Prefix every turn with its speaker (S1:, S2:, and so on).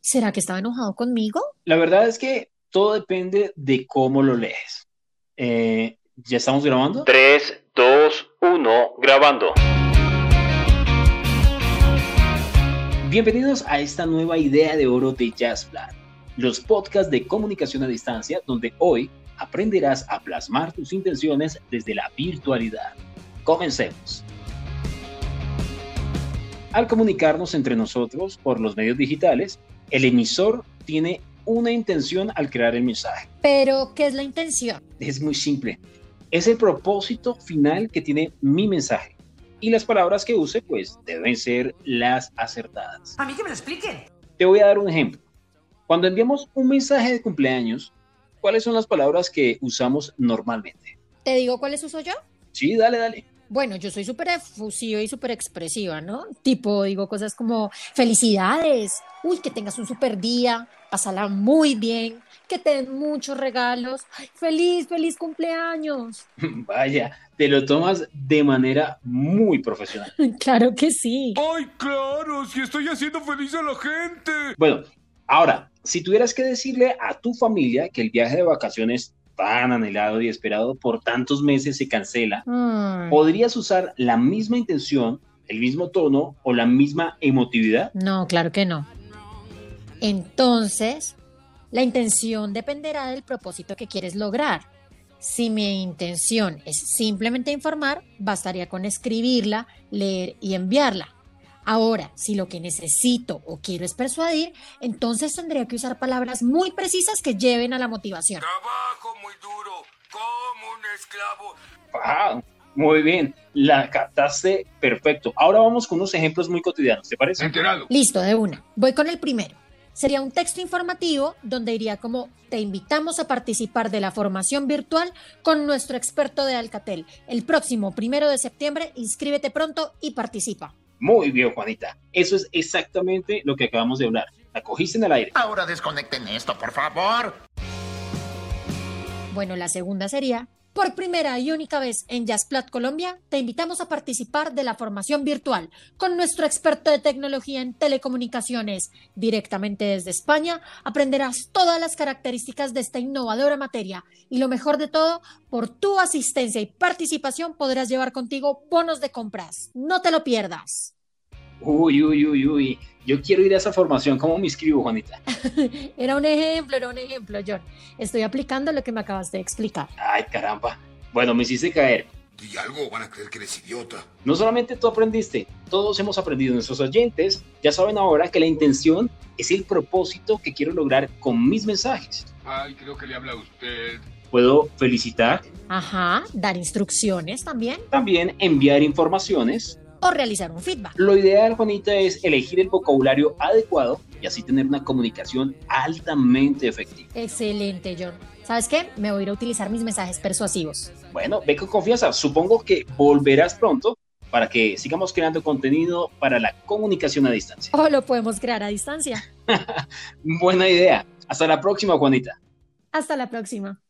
S1: ¿Será que estaba enojado conmigo?
S2: La verdad es que todo depende de cómo lo lees. Eh, ¿ya estamos grabando?
S3: 3, 2, 1, grabando.
S2: Bienvenidos a esta nueva idea de oro de Jazz Plan, los podcasts de comunicación a distancia donde hoy aprenderás a plasmar tus intenciones desde la virtualidad. Comencemos. Al comunicarnos entre nosotros por los medios digitales, el emisor tiene una intención al crear el mensaje.
S1: Pero, ¿qué es la intención?
S2: Es muy simple. Es el propósito final que tiene mi mensaje. Y las palabras que use, pues, deben ser las acertadas.
S4: A mí que me lo expliquen.
S2: Te voy a dar un ejemplo. Cuando enviamos un mensaje de cumpleaños, ¿cuáles son las palabras que usamos normalmente?
S1: ¿Te digo cuáles uso yo?
S2: Sí, dale, dale.
S1: Bueno, yo soy súper efusiva y súper expresiva, ¿no? Tipo, digo cosas como felicidades, uy, que tengas un súper día, pásala muy bien, que te den muchos regalos, ¡Ay, feliz, feliz cumpleaños.
S2: Vaya, te lo tomas de manera muy profesional.
S1: Claro que sí.
S5: ¡Ay, claro! Si estoy haciendo feliz a la gente.
S2: Bueno, ahora, si tuvieras que decirle a tu familia que el viaje de vacaciones tan anhelado y esperado por tantos meses se cancela,
S1: Mm,
S2: ¿podrías usar la misma intención, el mismo tono o la misma emotividad?
S1: no, claro que no. Entonces, la intención dependerá del propósito que quieres lograr. Si mi intención es simplemente informar, bastaría con escribirla, leer y enviarla. Ahora, si lo que necesito o quiero es persuadir, entonces tendría que usar palabras muy precisas que lleven a la motivación.
S5: Trabajo muy duro, como un esclavo.
S2: ¡Wow! Muy bien, la captaste perfecto. Ahora vamos con unos ejemplos muy cotidianos, ¿te parece?
S5: Enterado.
S1: Listo, de una. Voy con el primero. Sería un texto informativo donde iría como te invitamos a participar de la formación virtual con nuestro experto de Alcatel. El próximo primero de septiembre, inscríbete pronto y participa.
S2: Muy bien, Juanita. Eso es exactamente lo que acabamos de hablar. La cogiste en el aire.
S6: Ahora desconecten esto, por favor.
S1: Bueno, la segunda sería, por primera y única vez en Jazzplat Colombia, te invitamos a participar de la formación virtual con nuestro experto de tecnología en telecomunicaciones. Directamente desde España aprenderás todas las características de esta innovadora materia y lo mejor de todo, por tu asistencia y participación podrás llevar contigo bonos de compras. No te lo pierdas.
S2: Uy, uy, uy, uy. Yo quiero ir a esa formación. ¿Cómo me inscribo, Juanita?
S1: Era un ejemplo, era un ejemplo, John. Estoy aplicando lo que me acabaste de explicar.
S2: Ay, caramba. Bueno, me hiciste caer.
S5: Di algo, van a creer que eres idiota.
S2: No solamente tú aprendiste, todos hemos aprendido. Nuestros oyentes ya saben ahora que la intención es el propósito que quiero lograr con mis mensajes.
S5: Ay, creo que le habla a usted.
S2: Puedo felicitar,
S1: Ajá, dar instrucciones también
S2: también enviar informaciones.
S1: o realizar un feedback.
S2: Lo ideal, Juanita, es elegir el vocabulario adecuado y así tener una comunicación altamente efectiva.
S1: Excelente, John. ¿Sabes qué? Me voy a ir a utilizar mis mensajes persuasivos.
S2: Bueno, ve con confianza. Supongo que volverás pronto para que sigamos creando contenido para la comunicación a distancia.
S1: O lo podemos crear a distancia.
S2: Buena idea. Hasta la próxima, Juanita.
S1: Hasta la próxima.